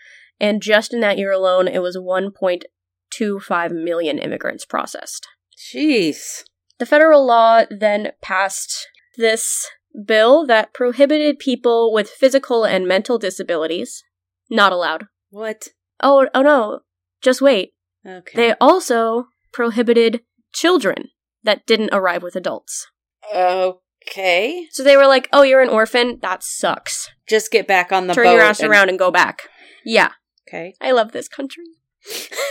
Speaker 1: And just in that year alone, it was 1.25 million immigrants processed.
Speaker 2: Jeez.
Speaker 1: The federal law then passed this bill that prohibited people with physical and mental disabilities. Not allowed.
Speaker 2: What?
Speaker 1: Oh, oh no. Just wait.
Speaker 2: Okay.
Speaker 1: They also prohibited children that didn't arrive with adults.
Speaker 2: okay.
Speaker 1: So they were like, oh, you're an orphan? That sucks.
Speaker 2: Just get back on the
Speaker 1: Turn
Speaker 2: boat.
Speaker 1: your ass
Speaker 2: and-
Speaker 1: around and go back. Yeah,
Speaker 2: Okay.
Speaker 1: I love this country. <laughs>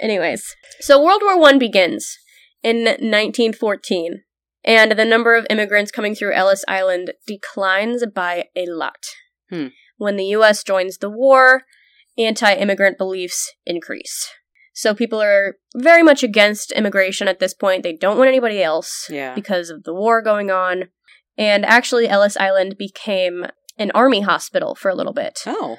Speaker 1: Anyways, so World War One begins in 1914, and the number of immigrants coming through Ellis Island declines by a lot.
Speaker 2: Hmm.
Speaker 1: When the U.S. joins the war, anti-immigrant beliefs increase. So people are very much against immigration at this point. They don't want anybody else
Speaker 2: Yeah.
Speaker 1: because of the war going on. And actually, Ellis Island became an army hospital for a little bit
Speaker 2: Oh.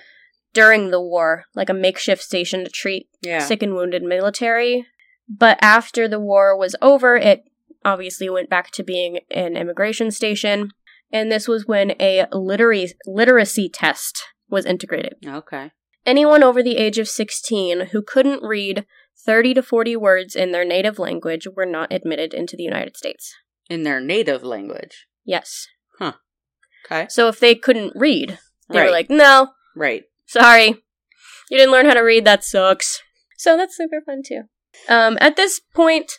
Speaker 1: during the war, like a makeshift station to treat
Speaker 2: Yeah.
Speaker 1: sick and wounded military. But after the war was over, it obviously went back to being an immigration station. And this was when a literacy, literacy test was integrated.
Speaker 2: Okay.
Speaker 1: Anyone over the age of 16 who couldn't read 30 to 40 words in their native language were not admitted into the United States.
Speaker 2: In their native language.
Speaker 1: Yes.
Speaker 2: Okay.
Speaker 1: So if they couldn't read, they
Speaker 2: right.
Speaker 1: were like, no,
Speaker 2: right.
Speaker 1: Sorry. You didn't learn how to read. That sucks. So that's super fun too. Um, at this point,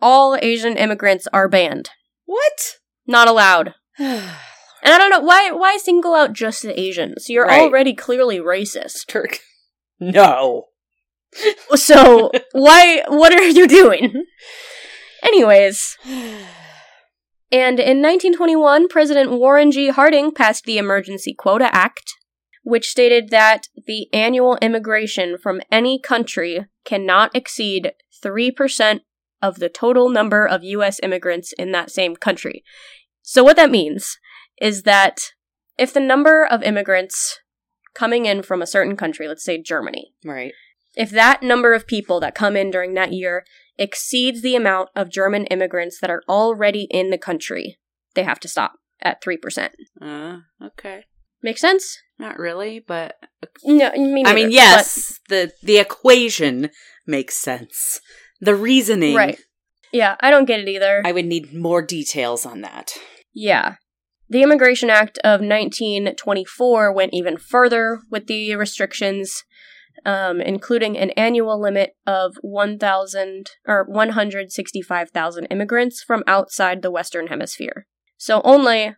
Speaker 1: all Asian immigrants are banned.
Speaker 2: What? <sighs>
Speaker 1: Not allowed.
Speaker 2: Turk.
Speaker 1: And I don't know why why single out just the Asians? You're
Speaker 2: Right.
Speaker 1: already clearly racist.
Speaker 2: No. <sighs>
Speaker 1: So <laughs> why what are you doing? Anyways, And in 1921, President Warren G. Harding passed the Emergency Quota Act, which stated that the annual immigration from any country cannot exceed 3% of the total number of US immigrants in that same country. So, what that means is that if the number of immigrants coming in from a certain country, let's say Germany,
Speaker 2: Right.
Speaker 1: if that number of people that come in during that year exceeds the amount of German immigrants that are already in the country, they have to stop at 3%.
Speaker 2: Uh, okay.
Speaker 1: Make sense?
Speaker 2: Not really, but
Speaker 1: No, me
Speaker 2: I
Speaker 1: neither,
Speaker 2: mean,
Speaker 1: but-
Speaker 2: yes, the the equation makes sense. The reasoning,
Speaker 1: Right. yeah, I don't get it either.
Speaker 2: I would need more details on that.
Speaker 1: Yeah. The Immigration Act of 1924 went even further with the restrictions, um, including an annual limit of 1,000 or 165,000 immigrants from outside the Western Hemisphere. So only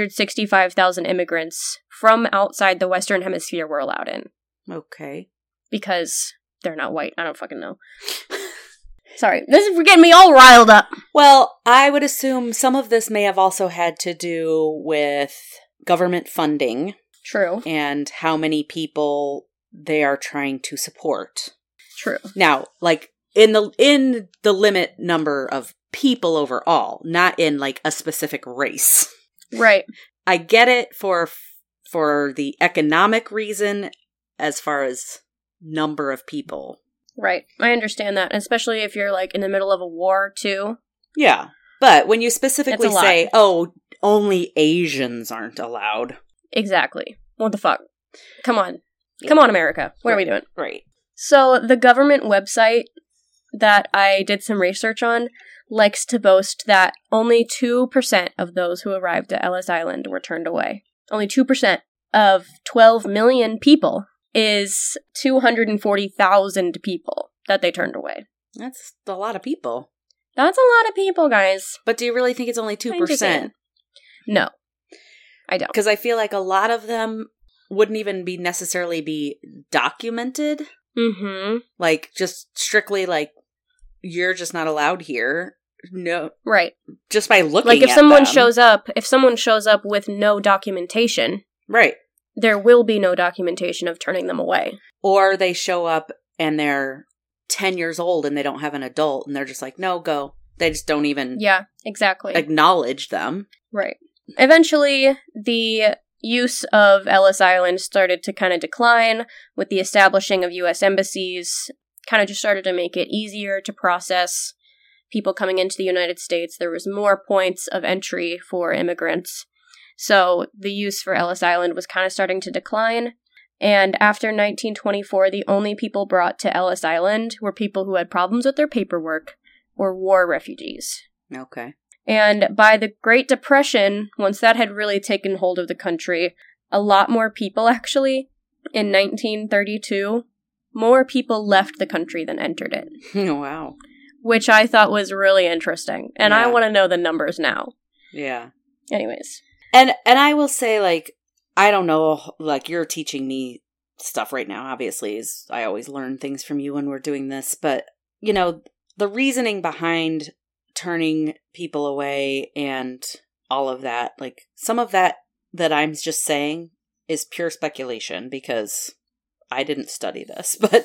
Speaker 1: 165,000 immigrants from outside the Western Hemisphere were allowed in
Speaker 2: Okay.
Speaker 1: because they're not white. I don't fucking know. <laughs> Sorry, this is getting me all riled up.
Speaker 2: Well, I would assume some of this may have also had to do with government funding
Speaker 1: True,
Speaker 2: and how many people they are trying to support.
Speaker 1: true.
Speaker 2: Now, like in the in the limit number of people overall, not in like a specific race.
Speaker 1: Right.
Speaker 2: I get it for for the economic reason as far as number of people.
Speaker 1: Right. I understand that, especially if you're like in the middle of a war too.
Speaker 2: Yeah. But when you specifically
Speaker 1: It's a lot.
Speaker 2: say, "Oh, only Asians aren't allowed."
Speaker 1: Exactly. What the fuck? Come on. Come on, America. What are we doing?
Speaker 2: Right.
Speaker 1: So, the government website that I did some research on likes to boast that only 2% of those who arrived at Ellis Island were turned away. Only 2% of 12 million people is 240,000 people that they turned away.
Speaker 2: That's a lot of people.
Speaker 1: That's a lot of people, guys.
Speaker 2: But do you really think it's only 2%?
Speaker 1: I'm just saying. No. I don't.
Speaker 2: Cuz I feel like a lot of them wouldn't even be necessarily be documented,
Speaker 1: Mm-hmm.
Speaker 2: like just strictly like you're just not allowed here. No,
Speaker 1: Right.
Speaker 2: just by looking
Speaker 1: Like if
Speaker 2: at
Speaker 1: someone
Speaker 2: them.
Speaker 1: shows up, if someone shows up with no documentation,
Speaker 2: Right.
Speaker 1: there will be no documentation of turning them away.
Speaker 2: or they show up and they're 10 years old and they don't have an adult and they're just like no go they just don't even
Speaker 1: Yeah, exactly.
Speaker 2: acknowledge them
Speaker 1: right. Eventually, the use of Ellis Island started to kind of decline with the establishing of US embassies, kind of just started to make it easier to process people coming into the United States. There was more points of entry for immigrants. So the use for Ellis Island was kind of starting to decline. And after 1924, the only people brought to Ellis Island were people who had problems with their paperwork or war refugees.
Speaker 2: okay <laughs>
Speaker 1: And by the Great Depression, once that had really taken hold of the country, a lot more people <laughs> actually, in 1932, more people left the country than entered it,
Speaker 2: wow
Speaker 1: which I thought was really interesting. And I
Speaker 2: Yeah.
Speaker 1: want to know the numbers now.
Speaker 2: yeah
Speaker 1: Anyways.
Speaker 2: and and i will say like i don't know like you're teaching me stuff right now obviously is i always learn things from you when we're doing this but you know the reasoning behind turning people away and all of that like some of that that i'm just saying is pure speculation because i didn't study this <laughs> but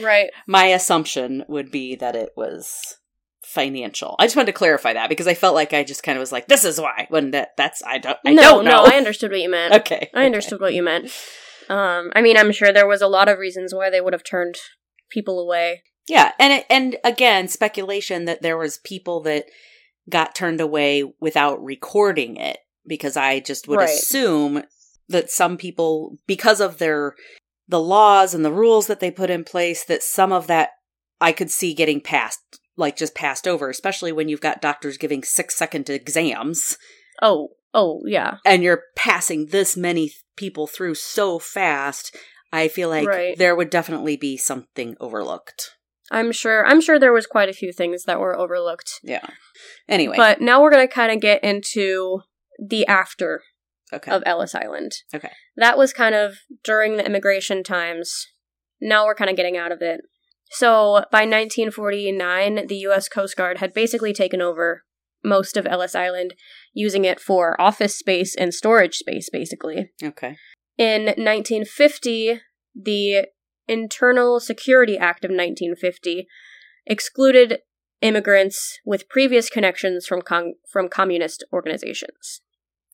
Speaker 1: Right.
Speaker 2: my assumption would be that it was financial. I just wanted to clarify that because I felt like I just kind of was like, "This is why." When that that's I don't I
Speaker 1: no,
Speaker 2: don't
Speaker 1: no,
Speaker 2: know.
Speaker 1: I understood what you meant.
Speaker 2: okay,
Speaker 1: I understood what you
Speaker 2: <laughs>
Speaker 1: meant. Um, I mean, I'm sure there was a lot of reasons why they would have turned people away.
Speaker 2: Yeah, and it, and again, speculation that there was people that got turned away without recording it because I just would
Speaker 1: Right.
Speaker 2: assume that some people because of their the laws and the rules that they put in place that some of that I could see getting passed like just passed over, especially when you've got doctors giving 6 second exams
Speaker 1: Oh, oh, yeah.
Speaker 2: and you're passing this many th- people through so fast. I feel like
Speaker 1: Right.
Speaker 2: there would definitely be something overlooked.
Speaker 1: I'm sure. I'm sure there was quite a few things that were overlooked.
Speaker 2: Yeah. Anyway,
Speaker 1: But now we're going to kind of get into the after
Speaker 2: okay.
Speaker 1: of Ellis Island.
Speaker 2: Okay.
Speaker 1: That was kind of during the immigration times. Now we're kind of getting out of it. So by 1949, the U.S. Coast Guard had basically taken over most of Ellis Island, using it for office space and storage space, basically.
Speaker 2: Okay.
Speaker 1: In 1950, the Internal Security Act of 1950 excluded immigrants with previous connections from con- from communist organizations.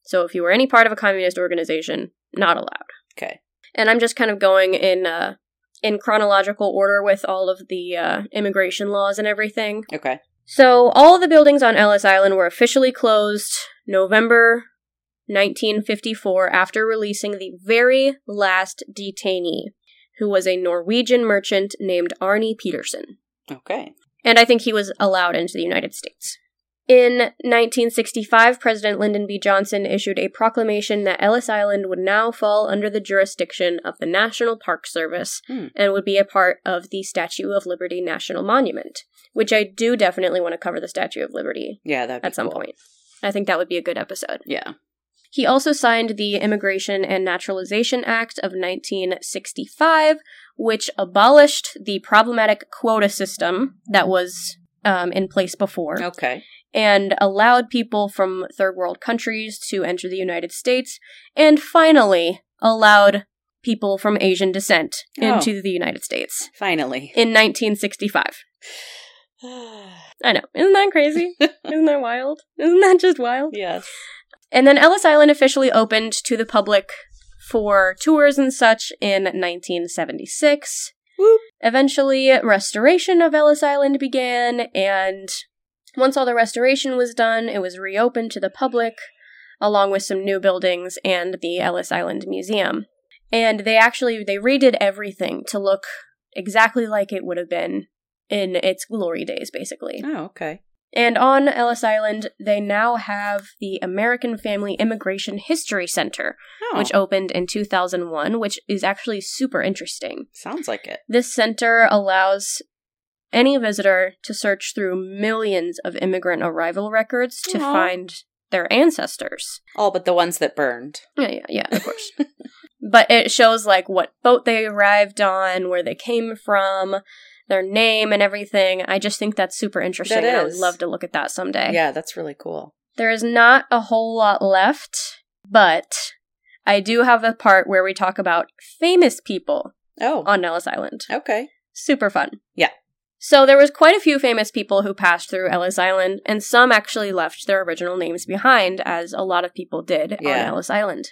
Speaker 1: So if you were any part of a communist organization, not allowed.
Speaker 2: Okay.
Speaker 1: And I'm just kind of going in uh, in chronological order with all of the uh, immigration laws and everything.
Speaker 2: Okay.
Speaker 1: So all the buildings on Ellis Island were officially closed November 1954 after releasing the very last detainee, who was a Norwegian merchant named Arne Peterson.
Speaker 2: Okay.
Speaker 1: And I think he was allowed into the United States. In 1965, President Lyndon B. Johnson issued a proclamation that Ellis Island would now fall under the jurisdiction of the National Park Service
Speaker 2: Hmm.
Speaker 1: and would be a part of the Statue of Liberty National Monument, which I do definitely want to cover the Statue of Liberty
Speaker 2: Yeah, that
Speaker 1: at some point. I think that would be a good episode.
Speaker 2: Yeah.
Speaker 1: He also signed the Immigration and Naturalization Act of 1965, which abolished the problematic quota system that was um, in place before
Speaker 2: Okay.
Speaker 1: and allowed people from third world countries to enter the United States, and finally allowed people from Asian descent
Speaker 2: Oh.
Speaker 1: into the United States
Speaker 2: Finally.
Speaker 1: in 1965. I know. Isn't that
Speaker 2: <laughs>
Speaker 1: crazy? Isn't that wild? Isn't that just wild?
Speaker 2: <sighs> yes.
Speaker 1: And then Ellis Island officially opened to the public for tours and such in 1976.
Speaker 2: Whoop.
Speaker 1: Eventually, restoration of Ellis Island began, and once all the restoration was done, it was reopened to the public, along with some new buildings and the Ellis Island Museum. And they actually they redid everything to look exactly like it would have been in its glory days, basically.
Speaker 2: Oh, okay.
Speaker 1: And on Ellis Island, they now have the American Family Immigration History Center,
Speaker 2: Oh,
Speaker 1: which opened in 2001, which is actually super interesting.
Speaker 2: sounds like it.
Speaker 1: This center allows any visitor to search through millions of immigrant arrival records to
Speaker 2: Aw.
Speaker 1: find their ancestors.
Speaker 2: All Oh, but the ones that burned.
Speaker 1: Yeah, yeah, yeah, of
Speaker 2: <laughs>
Speaker 1: course. but it shows like what boat they arrived on, where they came from, their name and everything. I just think that's super interesting. and I would
Speaker 2: is.
Speaker 1: love to look at that someday.
Speaker 2: Yeah, that's really cool.
Speaker 1: There is not a whole lot left, but I do have a part where we talk about famous people
Speaker 2: Oh,
Speaker 1: on Ellis Island.
Speaker 2: okay.
Speaker 1: Super fun.
Speaker 2: Yeah.
Speaker 1: So there was quite a few famous people who passed through Ellis Island, and some actually left their original names behind, as a lot of people did on
Speaker 2: Yeah.
Speaker 1: Ellis Island.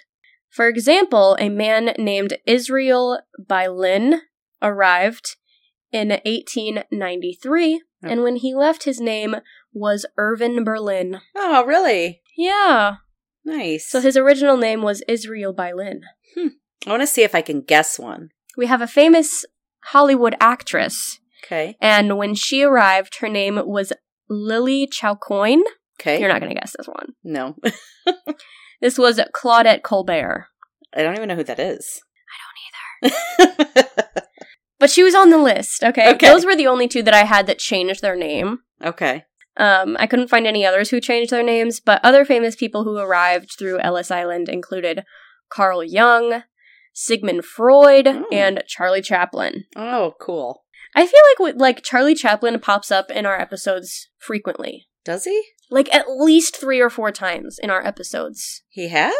Speaker 1: For example, a man named Israel Bylin arrived in 1893, and when he left, his name was Irvin Berlin.
Speaker 2: Oh, really?
Speaker 1: Yeah.
Speaker 2: Nice.
Speaker 1: So his original name was Israel Bylin.
Speaker 2: I want to see if I can guess one.
Speaker 1: We have a famous Hollywood actress,
Speaker 2: Okay.
Speaker 1: and when she arrived, her name was Lily Chalcoin.
Speaker 2: Okay.
Speaker 1: You're not going to guess this one.
Speaker 2: no, <laughs>
Speaker 1: This was Claudette Colbert,
Speaker 2: I don't even know who that is. I don't either.
Speaker 1: but she was on the list. Okay,
Speaker 2: Okay.
Speaker 1: those were the only two that I had that changed their name.
Speaker 2: <laughs> okay.
Speaker 1: Um, I couldn't find any others who changed their names, but other famous people who arrived through Ellis Island included Carl Jung, Sigmund Freud,
Speaker 2: Oh.
Speaker 1: and Charlie Chaplin.
Speaker 2: Oh, cool.
Speaker 1: I feel like with, like Charlie Chaplin pops up in our episodes frequently,
Speaker 2: Does he?
Speaker 1: like at least three or four times in our episodes.
Speaker 2: He has?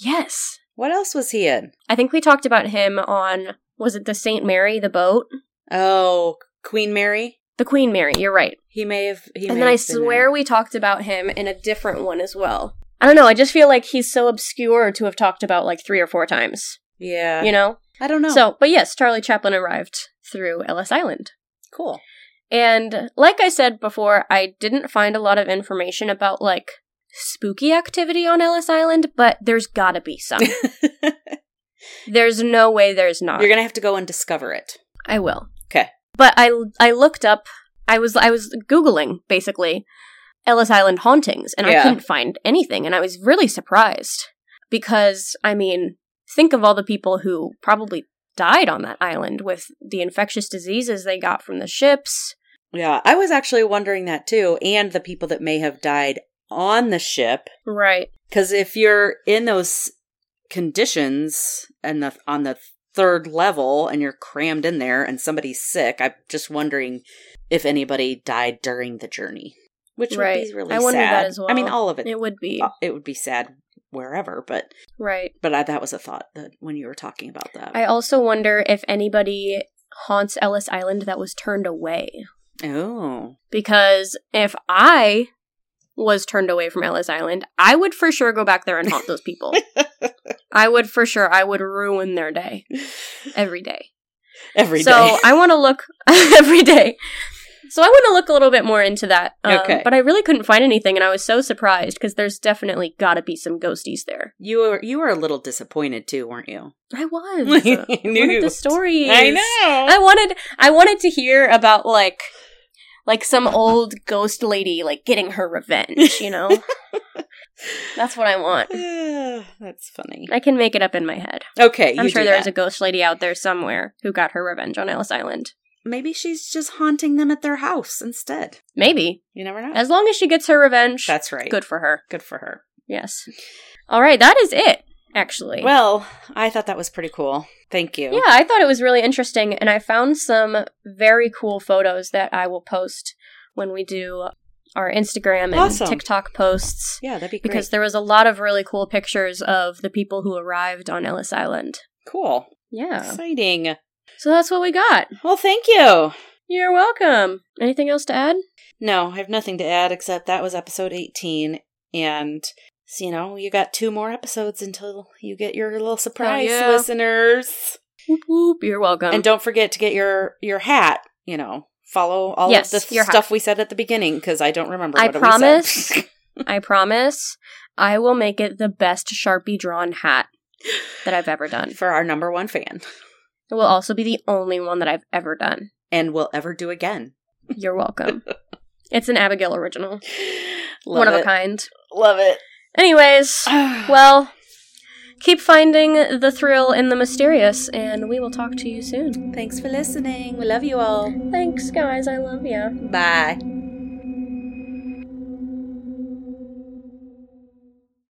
Speaker 1: Yes,
Speaker 2: What else was he in?
Speaker 1: I think we talked about him on was it the Saint Mary the boat,
Speaker 2: Oh, Queen Mary.
Speaker 1: the Queen Mary. You're right.
Speaker 2: He may have. He may
Speaker 1: and then I
Speaker 2: have been
Speaker 1: swear we talked about him in a different one as well. I don't know. I just feel like he's so obscure to have talked about like three or four times.
Speaker 2: there. Yeah.
Speaker 1: You know.
Speaker 2: I don't know.
Speaker 1: So, but yes, Charlie Chaplin arrived through Ellis Island.
Speaker 2: <laughs> cool.
Speaker 1: And like I said before, I didn't find a lot of information about like spooky activity on Ellis Island, but there's gotta be some.
Speaker 2: <laughs> You're
Speaker 1: there's no way there's not.
Speaker 2: gonna have to go and discover it.
Speaker 1: I will.
Speaker 2: 'Kay.
Speaker 1: But I I looked up. I was I was googling basically Ellis Island hauntings, and I
Speaker 2: Yeah.
Speaker 1: couldn't find anything, and I was really surprised because I mean, think of all the people who probably died on that island with the infectious diseases they got from the ships.
Speaker 2: Yeah, I was actually wondering that too, and the people that may have died on the ship,
Speaker 1: Right.
Speaker 2: because if you're in those conditions and the on the third level and you're crammed in there and somebody's sick, I'm just wondering if anybody died during the journey, which would
Speaker 1: Right.
Speaker 2: be really
Speaker 1: I wonder
Speaker 2: sad.
Speaker 1: that as
Speaker 2: I mean,
Speaker 1: well.
Speaker 2: all of it.
Speaker 1: It would be.
Speaker 2: uh, It would be sad wherever, but
Speaker 1: Right.
Speaker 2: but I, that was a thought that when you were talking about that.
Speaker 1: I also wonder if anybody haunts Ellis Island that was turned away.
Speaker 2: Oh.
Speaker 1: because if I was turned away from Ellis Island, I would for sure go back there and haunt those
Speaker 2: <laughs>
Speaker 1: people. I would for sure. I would ruin their day every day.
Speaker 2: <laughs> Every day.
Speaker 1: so I want to look <laughs> every day. So I want to look a little bit more into that. um,
Speaker 2: Okay.
Speaker 1: But I really couldn't find anything, and I was so surprised because there's definitely got to be some ghosties there.
Speaker 2: you were you were a little disappointed too, weren't <laughs> you?
Speaker 1: I was. I
Speaker 2: knew.
Speaker 1: wanted the stories.
Speaker 2: I know.
Speaker 1: I wanted. I wanted to hear about like, like some old ghost lady like getting her revenge. You
Speaker 2: <laughs>
Speaker 1: know. That's what I want.
Speaker 2: Oh. Yeah, That's funny.
Speaker 1: I can make it up in my head.
Speaker 2: Okay,
Speaker 1: I'm
Speaker 2: you
Speaker 1: sure
Speaker 2: do
Speaker 1: there
Speaker 2: that.
Speaker 1: is a ghost lady out there somewhere who got her revenge on Ellis Island.
Speaker 2: Maybe she's just haunting them at their house instead.
Speaker 1: Maybe.
Speaker 2: You never know.
Speaker 1: As long as she gets her revenge,
Speaker 2: That's right.
Speaker 1: good for her.
Speaker 2: Good for her.
Speaker 1: Yes. All right, that is it, actually.
Speaker 2: Well, I thought that was pretty cool. Thank you.
Speaker 1: yeah, I thought it was really interesting, and I found some very cool photos that I will post when we do our Instagram and
Speaker 2: Awesome.
Speaker 1: TikTok posts
Speaker 2: Yeah, that'd be great.
Speaker 1: because there was a lot of really cool pictures of the people who arrived on Ellis Island.
Speaker 2: cool.
Speaker 1: Yeah.
Speaker 2: Exciting.
Speaker 1: So that's what we got.
Speaker 2: Well, thank you.
Speaker 1: You're welcome. Anything else to add?
Speaker 2: No, I have nothing to add except that was episode 18 and so, you know, you got two more episodes until you get your little surprise
Speaker 1: Oh, yeah. Um,
Speaker 2: listeners.
Speaker 1: Whoop whoop. You're welcome.
Speaker 2: and don't forget to get your your hat, you know. Follow all
Speaker 1: Yes,
Speaker 2: of the
Speaker 1: your hat.
Speaker 2: stuff we said at the beginning because I don't remember.
Speaker 1: I
Speaker 2: what
Speaker 1: promise.
Speaker 2: We said.
Speaker 1: I promise I will make it the best Sharpie drawn hat that I've ever done.
Speaker 2: <laughs> for our number one fan,
Speaker 1: It will also be the only one that I've ever done.
Speaker 2: and we'll ever do again.
Speaker 1: You're
Speaker 2: <laughs>
Speaker 1: welcome. it's an Abigail original,
Speaker 2: Love
Speaker 1: one
Speaker 2: it.
Speaker 1: of a kind.
Speaker 2: Love it.
Speaker 1: Anyways,
Speaker 2: well,
Speaker 1: well, keep finding the thrill in the mysterious, and we will
Speaker 2: <sighs>
Speaker 1: talk to you soon.
Speaker 2: thanks for listening. We love you all.
Speaker 1: Thanks, guys. I love ya.
Speaker 2: Bye.